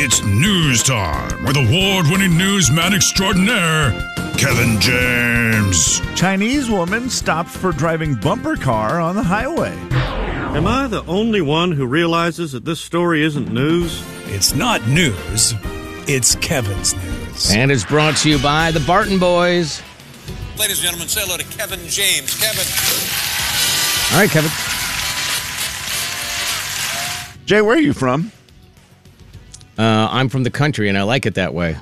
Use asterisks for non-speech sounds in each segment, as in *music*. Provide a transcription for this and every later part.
It's news time with award winning newsman extraordinaire, Kevin James. Chinese woman stopped for driving bumper car on the highway. Am I the only one who realizes that this story isn't news? It's not news, it's Kevin's news. And it's brought to you by the Barton Boys. Ladies and gentlemen, say hello to Kevin James. Kevin. All right, Kevin. Jay, where are you from? Uh, I'm from the country and I like it that way.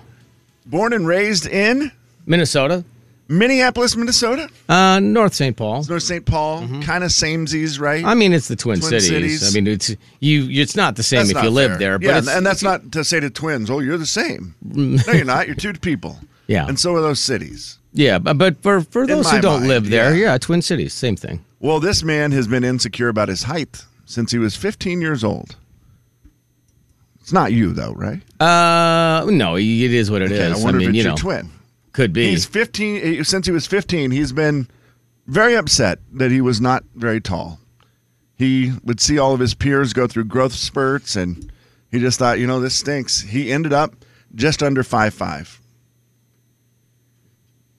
Born and raised in Minnesota, Minneapolis, Minnesota, uh, North St. Paul. North St. Paul, Mm-hmm. kind of samesies, right? I mean, it's the Twin, Twin Cities. Cities. I mean, it's you. It's not the same That's if not you live fair. there, but yeah, it's, Mm. and that's not to say to twins, oh, you're the same. no, you're not. You're two people. *laughs* Yeah. And so are those cities. yeah. But, but for for those my who don't mind, live there, yeah. yeah. Twin Cities, same thing. Well, this man has been insecure about his height since he was 15 years old. It's not you, though, right? Uh, no, it is what it is. Okay, I wonder if mean, it's you your know, twin. could be. He's 15 since he was 15. He's been very upset that he was not very tall. He would see all of his peers go through growth spurts, and he just thought, you know, this stinks. He ended up just under five five.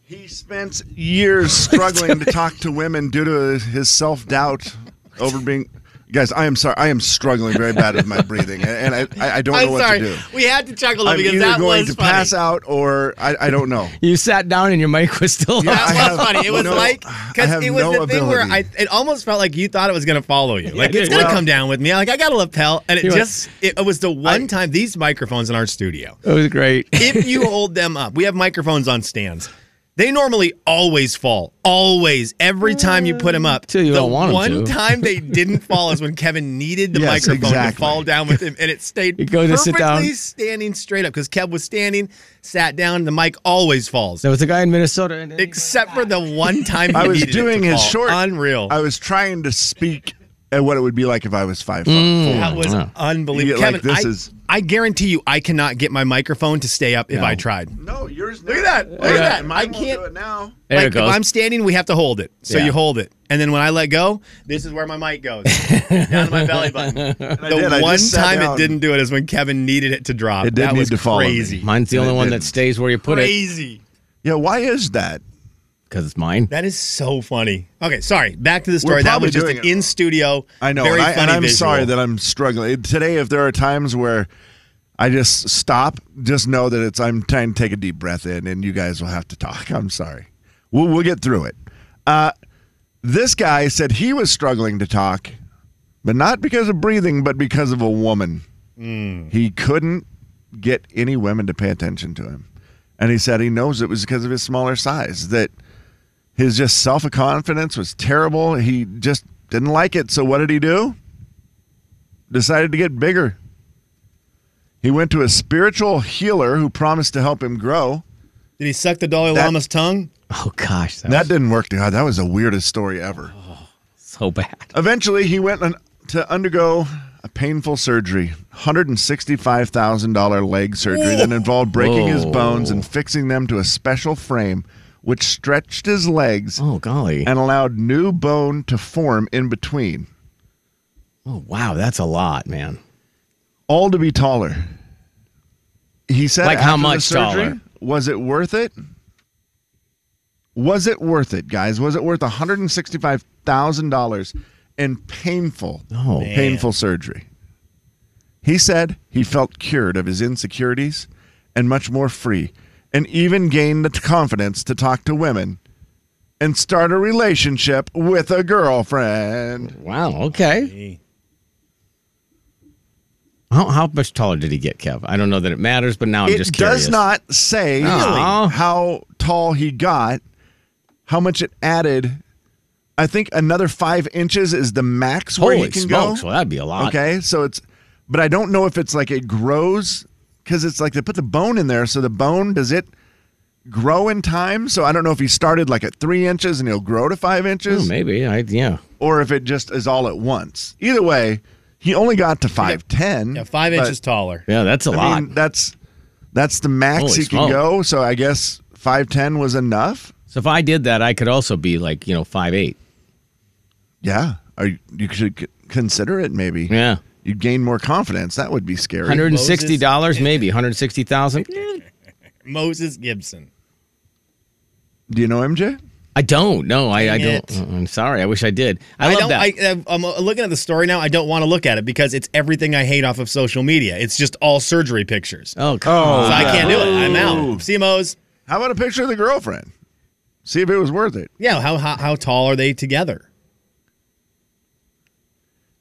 He spent *laughs* years struggling to talk to women due to his self doubt over being. Guys, I am sorry. I am struggling very bad with my breathing, and and I, I don't know what to do. We had to chuckle I'm because either that going was to funny. pass out or I, I don't know. you sat down and your mic was still Yeah, on. That I was have funny. It was no- like I because have it was no the thing where I ability. it almost felt like you thought it was gonna follow you. Like Yeah, it's gonna well- come down with me. Like I got a lapel, and it You know, just it, was the one time these microphones in our studio. It was great. If you hold them up, we have microphones on stands. They normally always fall. Always, every time you put them up. Till you the don't want 'em one to. time they didn't fall is when Kevin needed the Yes, microphone to exactly. fall down with him, and it stayed You go to sit perfectly down. standing straight up because Kev was standing, sat down. The mic always falls There was a guy in Minnesota. And except for the one *laughs* time I he was needed it doing to his fall. short. Unreal. I was trying to speak at what it would be like if I was five foot four. that was Wow. unbelievable. Yeah, Kevin, Mm-hmm. like, this I, is- I guarantee you, I cannot get my microphone to stay up if I tried. No, yours. Look at that. Look at that. I can't. now. there like, it goes. If I'm standing, we have to hold it. So Yeah. you hold it, and then when I let go, this is where my *laughs* mic goes down to my belly button. I did, The I one just sat time it down. didn't do it is when Kevin needed it to drop. It did that need was to follow me. crazy. Mine's the And only it one didn't. that stays where you put it Crazy. Yeah, why is that? because it's mine. That is so funny. Okay, sorry. Back to the We're story. That probably was just doing an it wrong. in studio. I know, Very and, I, funny am visual. sorry that I'm struggling today. If there are times where I just stop, just know that it's I'm trying to take a deep breath in, and you guys will have to talk. *laughs* I'm sorry. We'll we'll get through it. Uh, this guy said he was struggling to talk, but not because of breathing, but because of a woman. Hmm. He couldn't get any women to pay attention to him, and he said he knows it was because of his smaller size that his just self confidence was terrible. He just didn't like it. So what did he do? Decided to get bigger. He went to a spiritual healer who promised to help him grow. Did he suck the Dalai That- Lama's tongue? Oh gosh, that, That didn't work. God, that was the weirdest story ever. was so bad. Eventually, he went on to undergo a painful surgery, $165,000 leg surgery that involved breaking his Whoa. bones and fixing them to a special frame, which stretched his legs Oh golly. and allowed new bone to form in between. Oh wow, that's a lot, man. all to be taller. He said, Like how after the much surgery, taller? Was it worth it? Was it worth it, guys? Was it worth one hundred and sixty-five thousand dollars in painful, Oh. Man. painful surgery? He said he felt cured of his insecurities and much more free, and even gained the confidence to talk to women and start a relationship with a girlfriend. Wow. Okay. How, how much taller did he get, Kev? I don't know that it matters, but now I'm it just curious. does not say Really? how tall he got, how much it added. I think another five inches is the max where Holy he can smokes! go. Well, that'd be a lot. okay, so it's, but I don't know if it's like it grows because it's like they put the bone in there, so the bone does it grow in time? So I don't know if he started like at three inches and he'll grow to five Oh, inches, maybe. I, yeah. or if it just is all at once. Either way, he only got to five ten. Yeah, five inches taller. Yeah, that's a I lot. mean, that's that's the max Holy he smoke. can go. So I guess five ten was enough. so if I did that, I could also be like you know five eight. Yeah, Are you you should c- consider it maybe. Yeah. you'd gain more confidence. That would be scary. Hundred and sixty dollars, maybe hundred sixty thousand. Moses Gibson. Do you know MJ? I don't. No, I, I Dang don't. it. I'm sorry. I wish I did. I, I love don't. that. I, I- I'm uh, looking at the story now. I don't want to look at it because it's everything I hate off of social media. It's just all surgery pictures. oh, come on. so I yeah. can't do it. I'm out. Ooh. CMOs. How about a picture of the girlfriend? See if it was worth it. Yeah. How, how how tall are they together?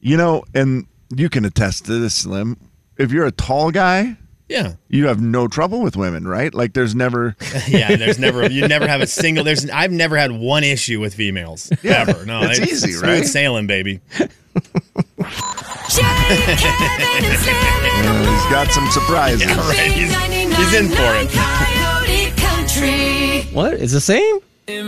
You know, and you can attest to this, Slim. If you're a tall guy, Yeah. you have no trouble with women, right? Like there's never *laughs* Yeah. There's never you never have a single. There's I've never had one issue with females ever. No, it's easy, smooth right? Sailing, baby. Jay, Kevin, and Slim in *laughs* the morning. he's got some surprises. Yeah, right. He's- he's in for it. 99.9 Coyote Country. What? It's the same?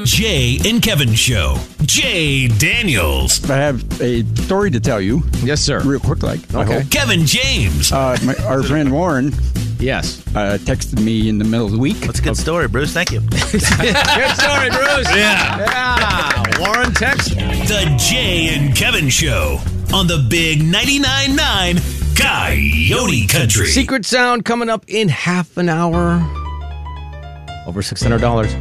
Jay and Kevin Show. Jay Daniels. I have a story to tell you, Yes, sir. real quick, like. I Okay. hope. Kevin James. Uh, my, our friend Warren Yes. uh, texted me in the middle of the week. That's a good story, Bruce. Thank you. Good story, Bruce. Yeah. Yeah. Warren Tex. The Jay and Kevin Show on the Big 99.9 9 Coyote Country. Secret sound coming up in half an hour. Over six hundred dollars.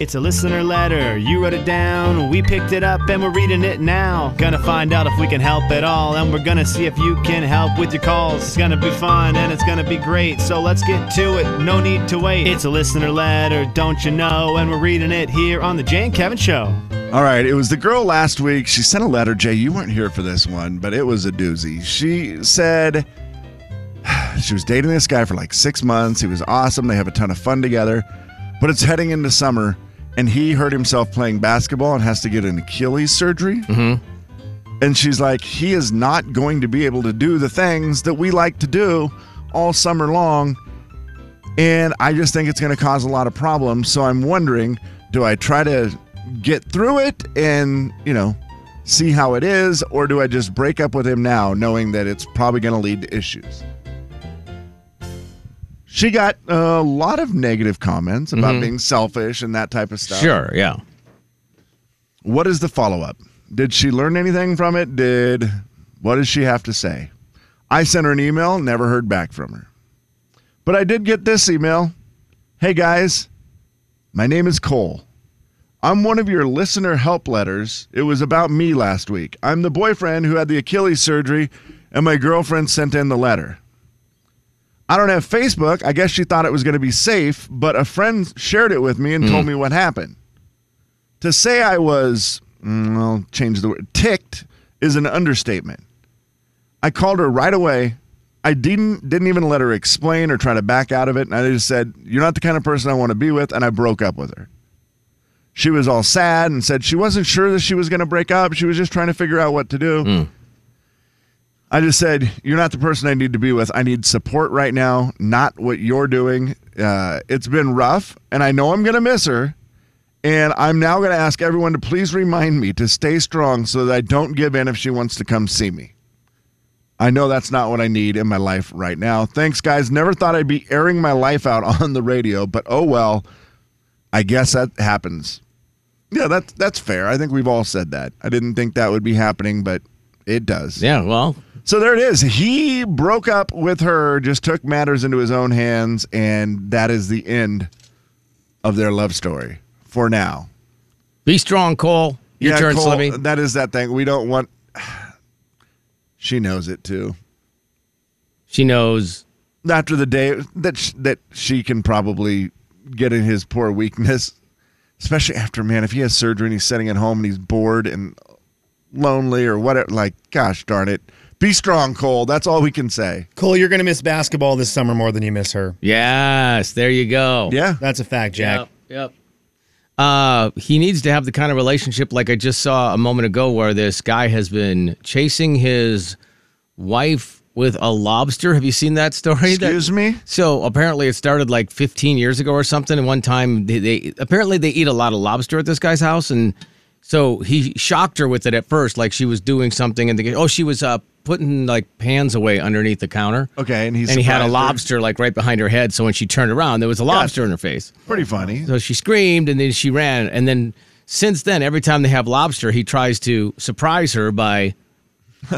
It's a listener letter. You wrote it down. We picked it up and we're reading it now. Gonna find out if we can help at all. And we're gonna see if you can help with your calls. It's gonna be fun and it's gonna be great. So let's get to it. No need to wait. It's a listener letter, don't you know? And we're reading it here on The Jay and Kevin Show. All right, it was the girl last week. She sent a letter. Jay, you weren't here for this one, but it was a doozy. She said *sighs* she was dating this guy for like six months. He was awesome. They have a ton of fun together, but it's heading into summer, and he hurt himself playing basketball and has to get an Achilles surgery. Mm-hmm. And she's like, he is not going to be able to do the things that we like to do all summer long. And I just think it's going to cause a lot of problems. So I'm wondering do I try to get through it and, you know, see how it is, or do I just break up with him now, knowing that it's probably going to lead to issues? She got a lot of negative comments about being selfish and that type of stuff. Sure. Yeah. What is the follow up? Did she learn anything from it? Did what does she have to say? I sent her an email, never heard back from her. But I did get this email. Hey guys, my name is Cole. I'm one of your listener help letters. It was about me last week. I'm the boyfriend who had the Achilles surgery, and my girlfriend sent in the letter. I don't have Facebook. I guess she thought it was going to be safe, but a friend shared it with me and told me what happened. To say I was, mm, I'll change the word, ticked is an understatement. I called her right away. I didn't didn't even let her explain or try to back out of it, and I just said, "You're not the kind of person I want to be with," and I broke up with her. She was all sad and said she wasn't sure that she was going to break up. She was just trying to figure out what to do. I just said, You're not the person I need to be with. I need support right now, not what you're doing. Uh, it's been rough, and I know I'm going to miss her. And I'm now going to ask everyone to please remind me to stay strong so that I don't give in if she wants to come see me. I know that's not what I need in my life right now. Thanks, guys. Never thought I'd be airing my life out *laughs* on the radio, but oh well. I guess that happens. Yeah, that's that's fair. I think we've all said that. I didn't think that would be happening, but it does. Yeah. Well. So there it is. He broke up with her, just took matters into his own hands, and that is the end of their love story for now. Be strong, Cole. Your turn, Cole, Slimmy. That is that thing. We don't want. She knows it too. She knows. After the day that sh- that she can probably get in his poor weakness, especially after man, if he has surgery and he's sitting at home and he's bored and lonely or whatever. Like, gosh darn it, be strong, Cole. That's all we can say. Cole, you're gonna miss basketball this summer more than you miss her. Yes. There you go. Yeah. That's a fact, Jack. Yep. Yep. Uh, he needs to have the kind of relationship like I just saw a moment ago, where this guy has been chasing his wife with a lobster. Have you seen that story? That- Excuse me. So apparently, it started like 15 years ago or something. And one time, they, they apparently they eat a lot of lobster at this guy's house, and so he shocked her with it at first, like she was doing something, and they, oh, she was uh, putting like pans away underneath the counter. Okay, and he and he had surprised a her. lobster like right behind her head. So when she turned around, there was a lobster in her face. Pretty funny. So she screamed, and then she ran, and then since *laughs* then, every time they have lobster, he tries to surprise her by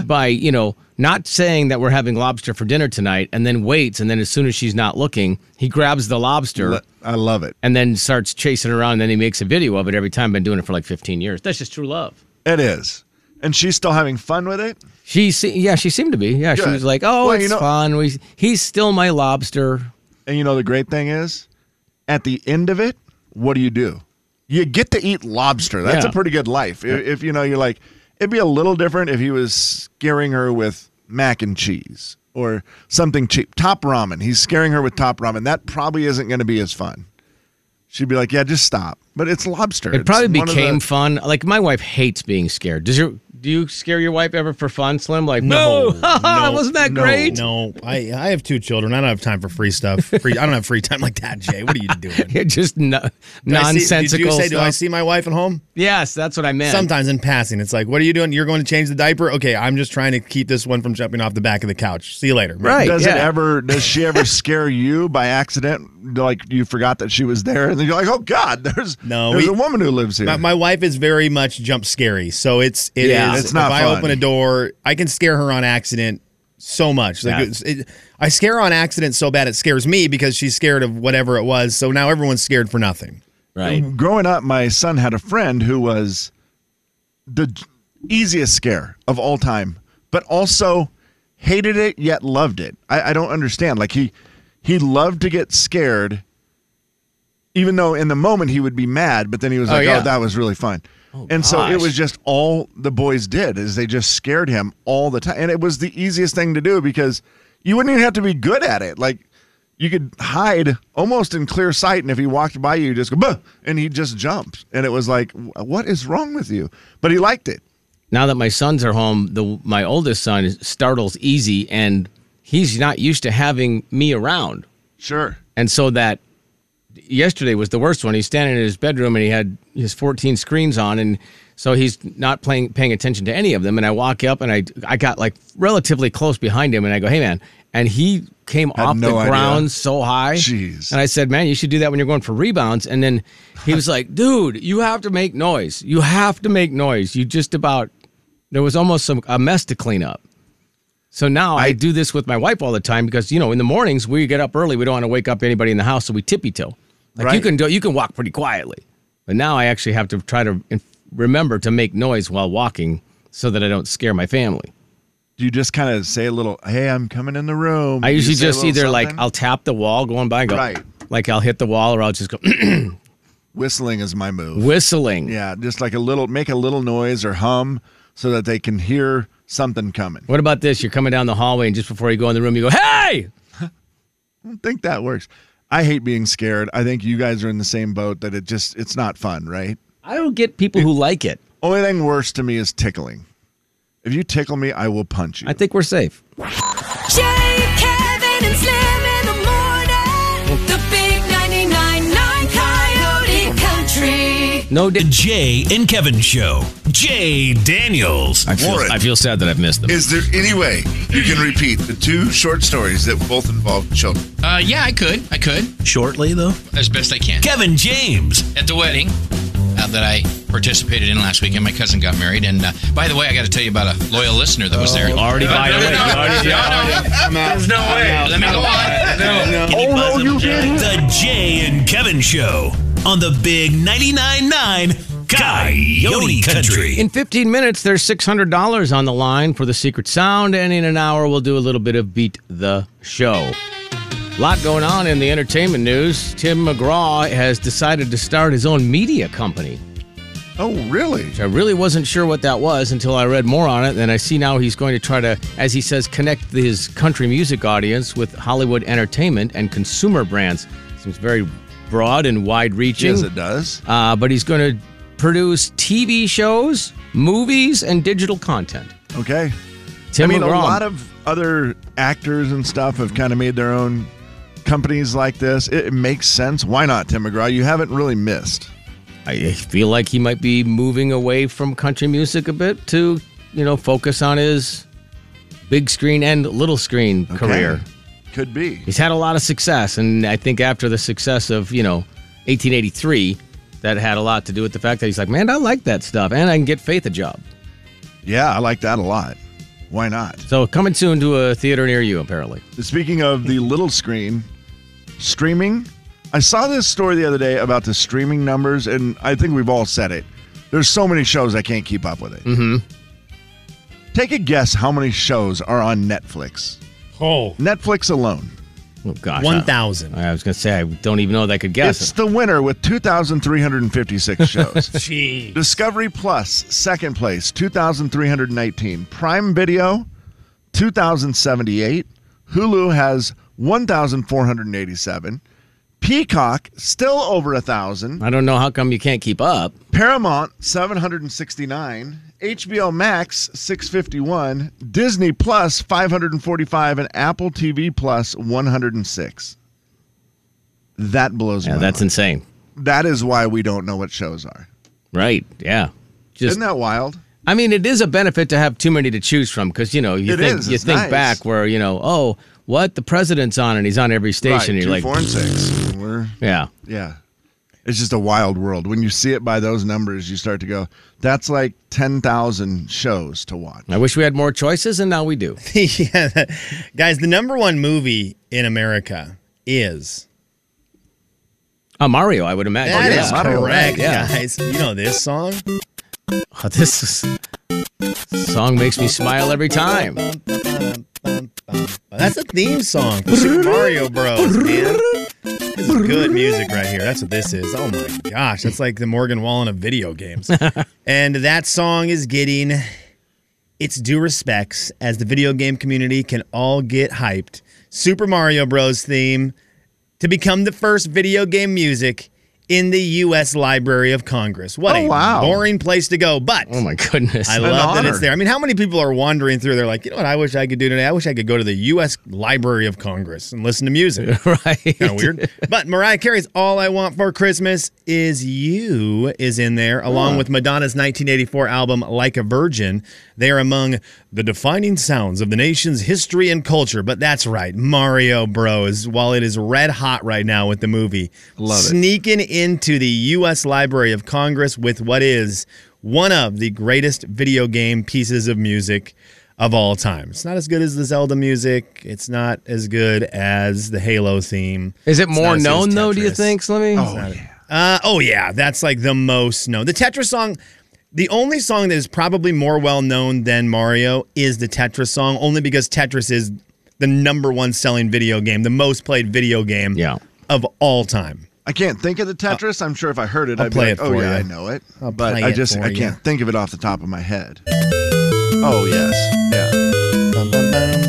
by you know not saying that we're having lobster for dinner tonight, and then waits, and then as soon as she's not looking, he grabs the lobster. I love it. And then starts chasing around, and then he makes a video of it every time. Been doing it for like 15 years. That's just true love. It is. And she's still having fun with it? She se- yeah, she seemed to be. Yeah, she Good. was like, "Oh, Well, it's you know- fun. We, he's still my lobster." And you know the great thing is, at the end of it, what do you do? You get to eat lobster. That's Yeah. a pretty good life. If, if you know you're like, it'd be a little different if he was scaring her with mac and cheese or something cheap. Top ramen. He's scaring her with top ramen. That probably isn't going to be as fun. She'd be like, yeah, just stop. But it's lobster. It It's probably one of became the- fun. Like my wife hates being scared. Does your do you scare your wife ever for fun, Slim? Like *laughs* no, wasn't that *laughs* no, great? *laughs* No, I, I have two children. I don't have time for free stuff. Free, I don't have free time like that, Jay. What are you *laughs* doing? It just no, Do I see- nonsensical did you say, stuff. do I see my wife at home? Yes, that's what I meant. Sometimes in passing, it's like, what are you doing? You're going to change the diaper? Okay, I'm just trying to keep this one from jumping off the back of the couch. See you later. Right, Does it yeah. ever? Does she ever scare you by accident? Like you forgot that she was there, and then you're like, "Oh God, there's No, there's we- a woman who lives here." My, my wife is very much jump scary, so it's it is. Yeah, it's not if I fun. open a door, I can scare her on accident so much. Like Yeah. it's- it, I scare her on accident so bad it scares me because she's scared of whatever it was. So now everyone's scared for nothing. right. growing up, my son had a friend who was the j- easiest scare of all time, but also hated it yet loved it. I, I don't understand. Like he he loved to get scared, even though in the moment he would be mad, but then he was Oh, like, "Oh, yeah. Oh, that was really fun." and so it gosh. was just all the boys did is they just scared him all the time, and it was the easiest thing to do because you wouldn't even have to be good at it. Like you could hide almost in clear sight, and if he walked by you, you just go, "Buh," and he just jumped, and it was like, "Wh- "What is wrong with you?" But he liked it. Now that my sons are home, the my oldest son is- startles easy, and he's not used to having me around. Sure. And so that yesterday was the worst one. He's standing in his bedroom and he had his 14 screens on and so he's not playing paying attention to any of them and I walk up and I I got like relatively close behind him and I go, "Hey man." And he came Had off no the idea. ground so high. Jeez. And I said, "Man, you should do that when you're going for rebounds." And then he was like, "Dude, you have to make noise. You have to make noise. You just about there was almost some a mess to clean up." So now I, do this with my wife all the time because you know in the mornings we get up early. We don't want to wake up anybody in the house, so we tippy toe. Like you Right. can do, you can walk pretty quietly, but now I actually have to try to in- remember to make noise while walking so that I don't scare my family. Do you just kind of say a little, "Hey, I'm coming in the room"? I Do you usually say a just little either like something? I'll tap the wall going by and go, Right. like I'll hit the wall or I'll just go *clears throat* whistling is my move. whistling. yeah, just like a little, make a little noise or hum so that they can hear something coming. What about this? You're coming down the hallway and just before you go in the room, you go, "Hey!" don't think that works. I hate being scared. I think you guys are in the same boat that it just it's not fun, right? I don't get people who like it. Only thing worse to me is tickling. If you tickle me, I will punch you. I think we're safe. Jay, Kevin, and Slim in the morning. The big 99.9 Coyote Country. No, da- The Jay and Kevin Show. Jay Daniels. I feel, Warren. I feel sad that I've missed them. Is there any way you can repeat the two short stories that both involve children? Uh, yeah, I could. I could, Shortly, though. as best I can. Kevin James. At the wedding uh, that I participated in last weekend, my cousin got married. And uh, by the way, I got to tell you about a loyal listener that was there. Already by the way, you already- you already- There's no way. Let me go on. No. Oh, no, you didn't. The Jay and Kevin Show on the Big 99.9 Coyote Country. In 15 minutes, there's $600 on the line for the secret sound, and in an hour, we'll do a little bit of Beat the Show. lot going on in the entertainment news. Tim McGraw has decided to start his own media company. oh, really? which I really wasn't sure what that was until I read more on it. And I see now he's going to try to, as he says, connect his country music audience with Hollywood entertainment and consumer brands. Seems very broad and wide reaching. Yes, it does. Uh, but he's going to produce TV shows, movies, and digital content. Okay. Tim I mean, McGraw. a lot of other actors and stuff have kind of made their own companies like this. It, it makes sense. Why not, Tim McGraw? You haven't really missed. I feel like he might be moving away from country music a bit to, you know, focus on his big screen and little screen Okay. career. Could be. he's had a lot of success and i think after the success of you know 1883 that had a lot to do with the fact that he's like man i like that stuff and i can get faith a job Yeah, I like that a lot. Why not? So coming soon to a theater near you, apparently. Speaking of the little screen, streaming, I saw this story the other day about the streaming numbers, and I think we've all said it. There's so many shows I can't keep up with it. Mm-hmm. Take a guess how many shows are on Netflix. Oh. Netflix alone. Oh, gosh. 1,000. I, I was going to say, I don't even know that I could guess. It's the winner with 2,356 *laughs* shows. Jeez. Discovery Plus, second place, 2,319. Prime Video, 2,078. Hulu has 1,487. Peacock, still over a 1,000. I don't know how come you can't keep up. Paramount, 769. HBO Max, 651. Disney Plus, 545. And Apple TV Plus, 106. That blows Yeah, my that's mind. insane. That is why we don't know what shows are. Right. Yeah. Just, Isn't that wild? I mean, it is a benefit to have too many to choose from because, you know, you It think, is, you it's think nice. back where, you know, oh, what? The president's on and he's on every station. Right, You're two, like, four, and six. We're- yeah. yeah. It's just a wild world. When you see it by those numbers, you start to go, that's like 10,000 shows to watch. I wish we had more choices, and now we do. *laughs* yeah, that- guys, the number one movie in America is Uh, Mario, I would Oh, imagine. That yeah. is correct, Yeah. guys. You know this song? Oh, *laughs* this is- song makes me smile every time. That's a theme song for Super Mario Bros. Man. This is good music right here. That's what this is. Oh my gosh, that's like the Morgan Wallen of video games. and that song is getting its due respects as the video game community can all get hyped. Super Mario Bros. theme to become the first video game music in the U.S. Library of Congress. What Oh, a wow. boring place to go, but Oh my goodness! I love that it's there. I mean, how many people are wandering through? They're like, you know what? I wish I could do today. I wish I could go to the U.S. Library of Congress and listen to *laughs* music. right? kind of *laughs* weird. But Mariah Carey's "All I Want for Christmas Is You" is in there, along with Madonna's 1984 album "Like a Virgin." They are among the defining sounds of the nation's history and culture. But that's right, Mario Bros. While it is red hot right now with the movie, Love it. sneaking into the U.S. Library of Congress with what is one of the greatest video game pieces of music of all time. It's not as good as the Zelda music. It's not as good as the Halo theme. Is it It's more not as good as known though? Do you Tetris. think, Slimmy? Oh, Not- yeah. Uh, oh yeah, that's like the most known. The Tetris song, the only song that is probably more well known than Mario is the Tetris song, only because Tetris is the number one selling video game, the most played video game Yeah. of all time. I can't think of the Tetris. I'm sure if I heard it, I'll I'd be play like, it oh, for yeah, ya. I know it. I'll but play I it just, for I ya. can't think of it off the top of my head. Oh, yes. Yeah. Bum, bum, bum,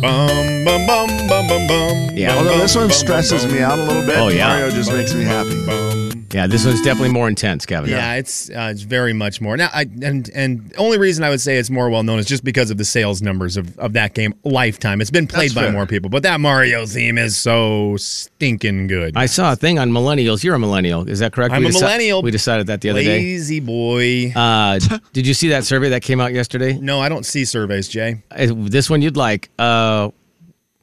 bum, bum, bum, bum, bum, bum, bum, bum, bum, Yeah. bum, Although this bum, one bum, stresses bum, me out a little bit. Oh, yeah. Mario just makes me happy. bum. Yeah, this one's definitely more intense, Kevin. Yeah, it's uh, it's very much more now. I, and and the only reason I would say it's more well known is just because of the sales numbers of, of that game lifetime. It's been played That's by fair. more people, but that Mario theme is so stinking good. I saw a thing on millennials. You're a millennial, is that correct? I'm We a deci- millennial. We decided that the other day. Lazy boy. Uh, did you see that survey that came out yesterday? no, I don't see surveys, Jay. Uh, This one you'd like. Uh,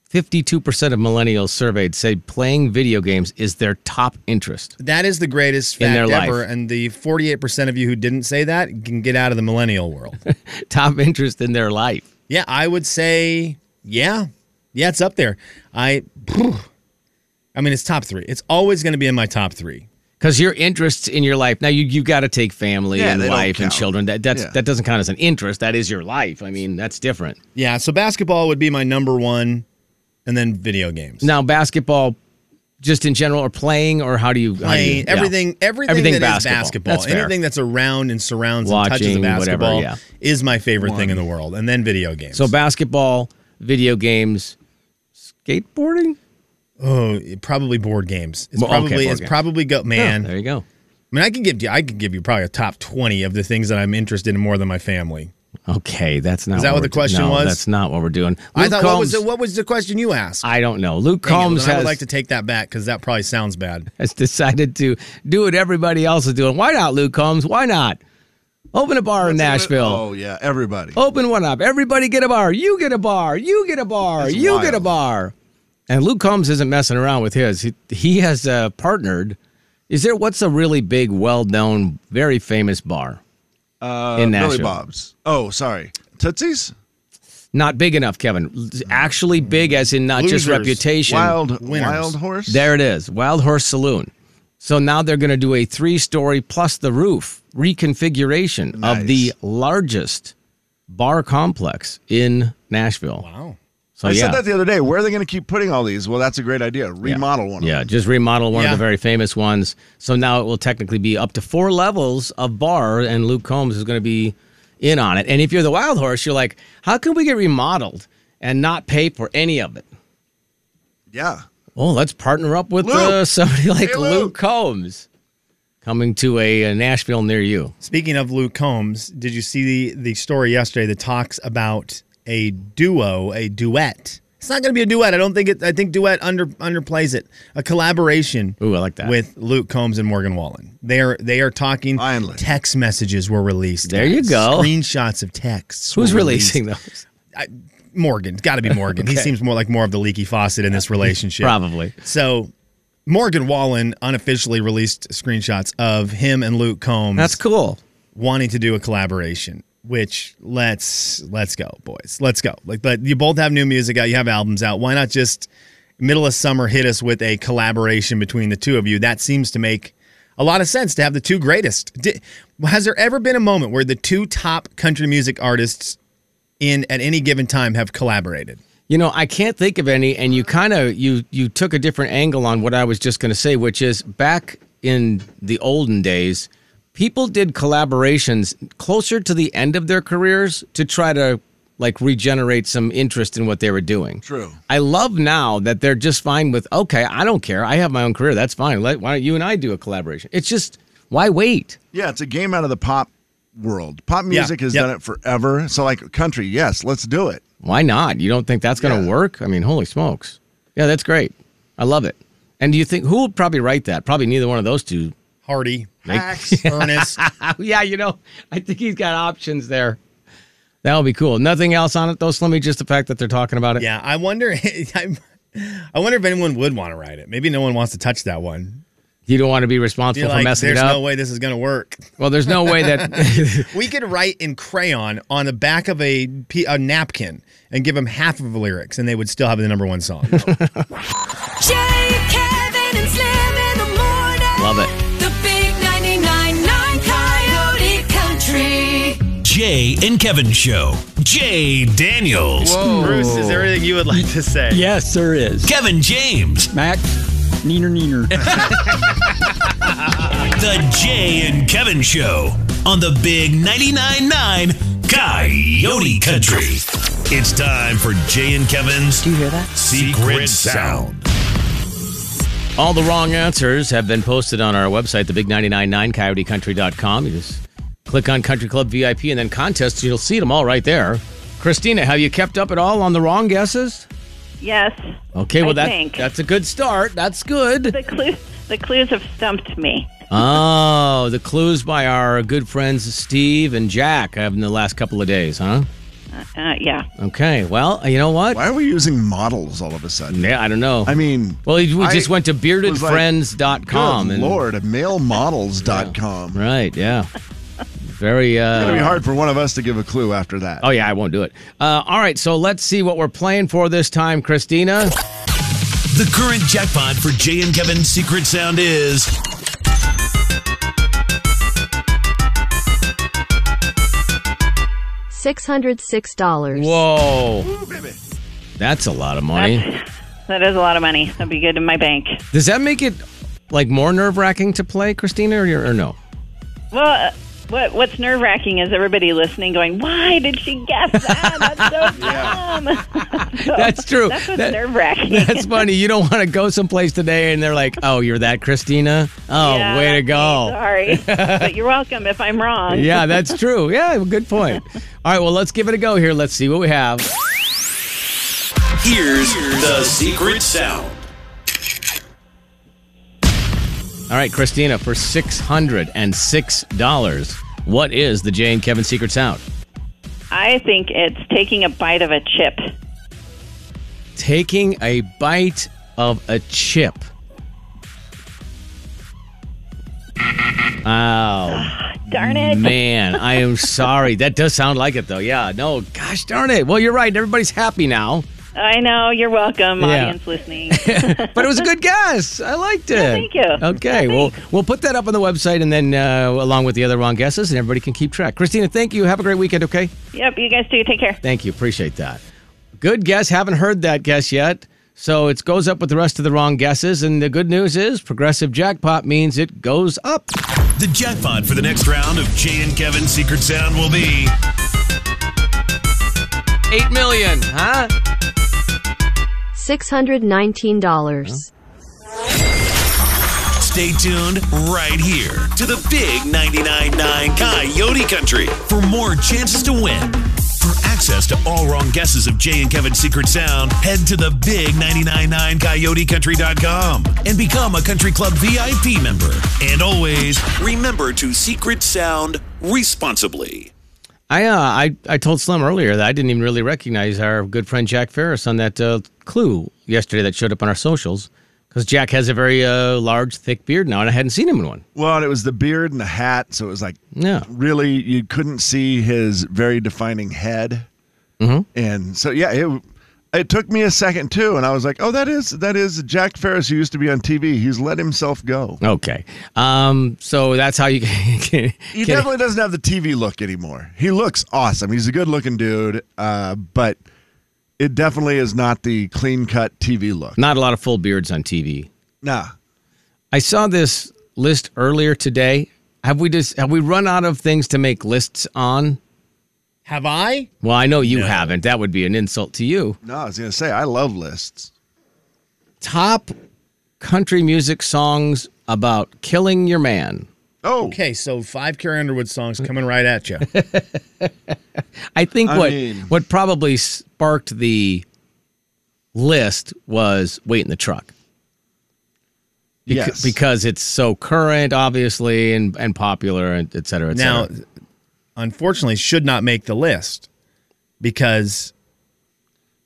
52% of millennials surveyed say playing video games is their top interest. That is the greatest In fact their life. ever, and the 48% of you who didn't say that can get out of the millennial *laughs* world. Top interest in their life. Yeah, I would say yeah. Yeah, it's up there. I I mean it's top 3. It's always going to be in my top 3. Because your interests in your life now, you you got to take family Yeah, and they don't wife and count. children. That that's, Yeah. that doesn't count as an interest. That is your life. I mean, that's different. Yeah, so basketball would be my number 1 and then video games. Now, basketball, just in general, or playing, or how do you how do you- Playing yeah. everything, everything, Everything that is basketball. basketball, That's fair. anything that's around and surrounds and touches the Watching, whatever, basketball yeah. is my favorite thing in the world. And then video games. So basketball, video games, skateboarding. oh, probably board games. It's Well, okay, probably board it's games. probably go man. Yeah, there you go. I mean, I could give you I could give you probably a top 20 of the things that I'm interested in more than my family. Okay, that's not. Is that what we're the question no, was? That's not what we're doing. I Luke thought what was Combs- the, what was the question you asked? I don't know. Luke Dang it, Combs then I has, would like to take that back because that probably sounds bad. has decided to do what everybody else is doing. Why not, Luke Combs? Why not? Open a bar in Nashville. Oh, yeah. Everybody. Open one up. Everybody get a bar. You get a bar. You get a bar. That's you get a wild. bar. And Luke Combs isn't messing around with his. He, he has uh, partnered. Is there what's a really big, well known, very famous bar? Uh, In Billy Nashville. Bob's. Oh, sorry. Tootsie's? Not big enough, Kevin. Actually big as in not just Losers. reputation. Wild- Winners. Wild Horse? There it is. Wild Horse Saloon. So now they're going to do a three-story plus the roof reconfiguration of the largest bar complex in Nashville. Wow. So I oh, yeah. said that the other day. Where are they going to keep putting all these? Well, that's a great idea. Remodel one. Yeah, just remodel one Yeah. of the very famous ones. So now it will technically be up to four levels of bar, and Luke Combs is going to be in on it. And if you're the wild horse, you're like, how can we get remodeled and not pay for any of it? Yeah. Well, let's partner up with uh, somebody like Luke. Combs coming to a, uh Nashville near you. Speaking of Luke Combs, did you see the, the story yesterday that talks about a duo, a duet? It's not going to be a duet. I don't think it. I think duet under underplays it. A collaboration. Ooh, I like that. With Luke Combs and Morgan Wallen, they are they are talking. Text messages were released. There you go. Screenshots of texts. Who's were releasing *laughs* those? I, Morgan. Got to be Morgan. He Okay. seems more like more of the leaky faucet in *laughs* this relationship. Probably. So Morgan Wallen unofficially released screenshots of him and Luke Combs. That's cool. Wanting to do a collaboration, which let's let's go, boys. Let's go. Like but you both have new music out, you have albums out. Why not just middle of summer hit us with a collaboration between the two of you? That seems to make a lot of sense to have the two greatest. Di- has there ever been a moment where the two top country music artists in at any given time have collaborated? You know, I can't think of any, and you kind of you you took a different angle on what I was just going to say, which is back in the olden days, people did collaborations closer to the end of their careers to try to like regenerate some interest in what they were doing. True. I love now that they're just fine with okay, I don't care, I have my own career, that's fine. Let, why don't you and I do a collaboration? It's just why wait? Yeah, it's a game out of the pop world. Pop Yeah. music has Yep. done it forever. So, like country, yes, let's do it. Why not? You don't think that's going to work? I mean, holy smokes. Yeah, that's great. I love it. And do you think who would probably write that? Probably neither one of those two. *laughs* Hardy, Like- Hacks, Ernest. yeah, you know, I think he's got options there. That would be cool. Nothing else on it though, Slimmy, just the fact that they're talking about it. Yeah, I wonder. *laughs* I, I wonder if anyone would want to ride it. Maybe no one wants to touch that one. You don't want to be You're responsible for like, messing there's it up. no way this is going to work. Well, there's no way *laughs* that *laughs* we could write in crayon on the back of a, p- a napkin and give them half of the lyrics, and they would still have the number *laughs* one song. Jay, Kevin, and Slim in the morning. Love it. The big 99.9 Coyote Country. Jay and Kevin Show. Jay Daniels. Whoa. Bruce, is there anything you would like to say? Yes, there is. Kevin James. Mac, neener, neener. The Jay and Kevin Show on the Big 99.9 Coyote Country. It's time for Jay and Kevin's Do you hear that? Secret Sound. All the wrong answers have been posted on our website, thebig999coyotecountry.com. You just click on Country Club VIP and then contests. You'll see them all right there. Christina, have you kept up at all on the wrong guesses? Yes. Okay, well I that think. that's a good start. That's good. The clues, the clues have stumped me. Oh, the clues by our good friends Steve and Jack have in the last couple of days, huh? Uh, yeah. Okay, well, you know what? Why are we using models all of a sudden? Yeah, I don't know. I mean, well, we just I went to beardedfriends.com. Good and, Lord, malemodels.com. *laughs* Right, yeah. Very. Uh, It's going to be hard for one of us to give a clue after that. Oh, yeah, I won't do it. Uh, all right, so let's see what we're playing for this time, Christina. The current jackpot for Jay and Kevin's Secret Sound is $606. Whoa. That's a lot of money. That is a lot of money. That'd be good in my bank. Does that make it like more nerve wracking to play, Christina, or, you're- or no? Well, uh, what what's nerve wracking is everybody listening going, "Why did she guess that? That's so dumb." *laughs* So That's true. *laughs* That's what's That- nerve wracking. That's funny. You don't want to go someplace today and they're like, oh, you're that Christina? Oh, Yeah, way to *laughs* go. Sorry, but you're welcome if I'm wrong. yeah, that's true. Yeah, good point. All right, well, let's give it a go here. Let's see what we have. Here's the Secret Sound. All right, Christina, for $606, what is the Jay and Kevin Secret Sound? I think it's taking a bite of a chip. Taking a bite of a chip. Oh, Darn it. Man, I am sorry. That does sound like it, though. Yeah, no, gosh darn it. Well, you're right. Everybody's happy now. I know. You're welcome, Yeah. audience listening. But it was a good guess. I liked it. Yeah, thank you. Okay, well, we'll put that up on the website and then uh, along with the other wrong guesses, and everybody can keep track. Christina, thank you. Have a great weekend, okay? Yep, you guys too. Take care. Thank you. Appreciate that. Good guess. Haven't heard that guess yet. So it goes up with the rest of the wrong guesses. And the good news is progressive jackpot means it goes up. The jackpot for the next round of Jay and Kevin's Secret Sound will be Eight million, huh? $619. Stay tuned right here to the Big 99.9 Coyote Country for more chances to win. For access to all wrong guesses of Jay and Kevin's Secret Sound, head to the Big 99.9 CoyoteCountry.com and become a Country Club VIP member. And always remember to secret sound responsibly. I, uh, I I told Slim earlier that I didn't even really recognize our good friend Jack Ferris on that uh, clue yesterday that showed up on our socials because Jack has a very uh, large, thick beard now, and I hadn't seen him in one. Well, and it was the beard and the hat, so it was like, yeah, really, you couldn't see his very defining head, Mm-hmm. Mhm. and so yeah, it it took me a second too, and I was like, oh, that is that is Jack Ferris who used to be on TV. He's let himself go. Okay, um, so that's how you *laughs* can. He definitely doesn't have the TV look anymore. He looks awesome. He's a good looking dude, uh, but it definitely is not the clean cut TV look. Not a lot of full beards on TV. Nah. I saw this list earlier today. Have we just have we run out of things to make lists on? Have I? Well, I know you haven't. That would be an insult to you. No, I was gonna say I love lists. Top country music songs about killing your man. Oh. Okay, so five Carrie Underwood songs coming right *laughs* at you. I think I what mean- what probably sparked the list was "Wait in the Truck." Beca- Yes. because it's so current, obviously, and and popular, and et cetera, et now, cetera. unfortunately, should not make the list because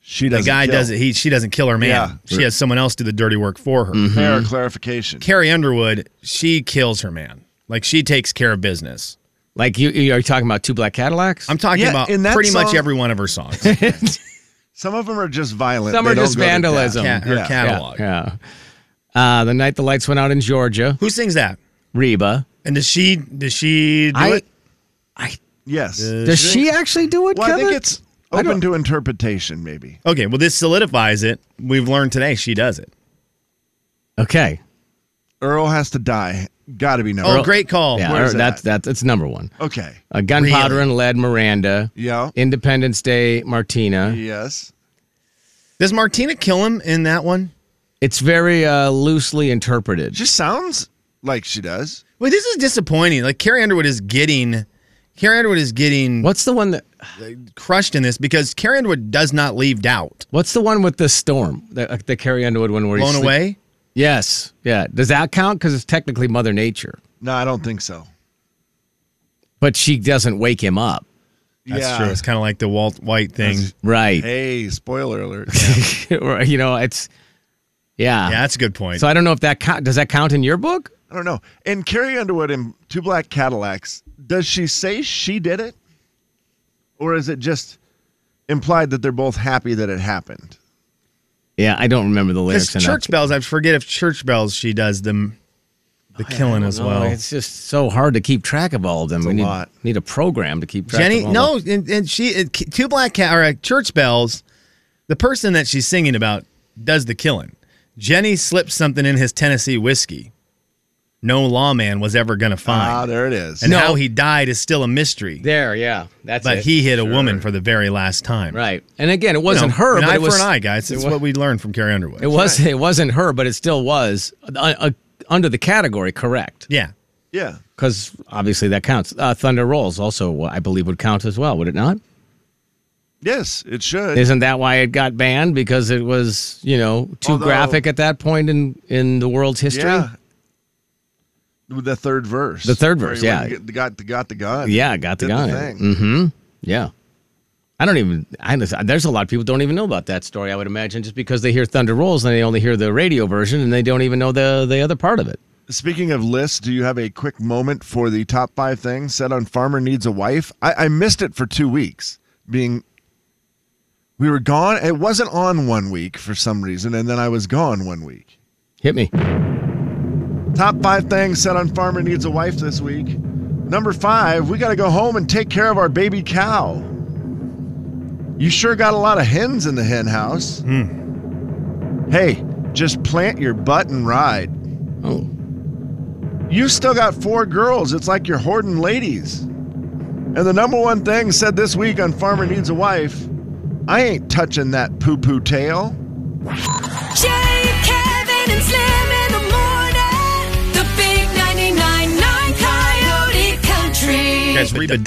she the doesn't guy kill. does it. He she doesn't kill her man. Yeah. Mm-hmm. She has someone else do the dirty work for her. Fair Mm-hmm. clarification. Carrie Underwood, she kills her man. Like she takes care of business. Like you, you are talking about two black Cadillacs? I'm talking Yeah, about in that pretty much song- every one of *laughs* her songs. Some of them are just violent. Some They are don't just go to death. vandalism. Yeah. Yeah. yeah. Uh, the night the lights went out in Georgia. Who sings that? Reba. And does she? Does she do I- it? Yes. Does she actually do it? Well, I think Kevin? it's I open don't- to interpretation, maybe. Okay, well, this solidifies it. We've learned today she does it. Okay. Earl has to die. Got to be number. Oh, great call. Yeah, Where's or- that's that's that's number one. Okay. Uh, Gunpowder and Lead, Miranda. Yeah. Independence Day, Martina. Yes. Does Martina kill him in that one? It's very uh, loosely interpreted. Just sounds like she does. Well, this is disappointing. Like Carrie Underwood is getting, Carrie Underwood is getting. What's the one that crushed in this because Carrie Underwood does not leave doubt. What's the one with the storm? The, the Carrie Underwood one where he's Blown away? Yes. Yeah. Does that count? Because it's technically Mother Nature, No, I don't think so. but she doesn't wake him up. That's Yeah. true. It's kind of like the Walt White thing. Right. Hey, spoiler alert. *laughs* *laughs* Right, you know, it's yeah. Yeah, that's a good point. So I don't know if that count. Does that count in your book? I don't know. And Carrie Underwood in Two Black Cadillacs, does she say she did it? Or is it just implied that they're both happy that it happened? Yeah, I don't remember the lyrics. Because enough. church bells, I forget if church bells she does them, Oh, the killing as No, well. It's just so hard to keep track of all of them. we need, need a program to keep track Jenny, of all no, of and, and she it, two black cat or uh, church bells. The person that she's singing about does the killing. Jenny slipped something in his Tennessee whiskey. No lawman was ever going to find. Ah, there it is. And how he died is still a mystery. There, yeah, Uh, that's but it. he hit a woman for the very last time. Right, and again, it wasn't You know, her. An but eye it was, for an eye, guys. It It's wa- what we learned from Carrie Underwood. It was. It wasn't her, but it still was uh, uh, under the category. Correct. Yeah. Yeah. Because obviously that counts. Uh, Thunder Rolls also, I believe, would count as well. Would it not? Yes, it should. Isn't that why it got banned? Because it was, you know, too Although- graphic at that point in in the world's history. Yeah. The third verse. The third Where verse, he yeah. went and Got, got, the gun. Yeah, got the Did gun. thing. mm-hmm. Yeah. I don't even. I just- there's a lot of people don't even know about that story. I would imagine just because they hear Thunder Rolls and they only hear the radio version and they don't even know the the other part of it. Speaking of lists, do you have a quick moment for the top five things said on Farmer Needs a Wife? I, I missed it for two weeks, being we were gone. It wasn't on one week for some reason, and then I was gone one week. Hit me. Top five things said on Farmer Needs a Wife this week. Number five, we got to go home and take care of our baby cow. You sure got a lot of hens in the hen house. Hey, just plant your butt and ride. Oh. You still got four girls. It's like you're hoarding ladies. And the number one thing said this week on Farmer Needs a Wife I ain't touching that poo poo tail. Jay, Kevin, and Slim in the morning. The big 99.9 Coyote Country. You guys reap a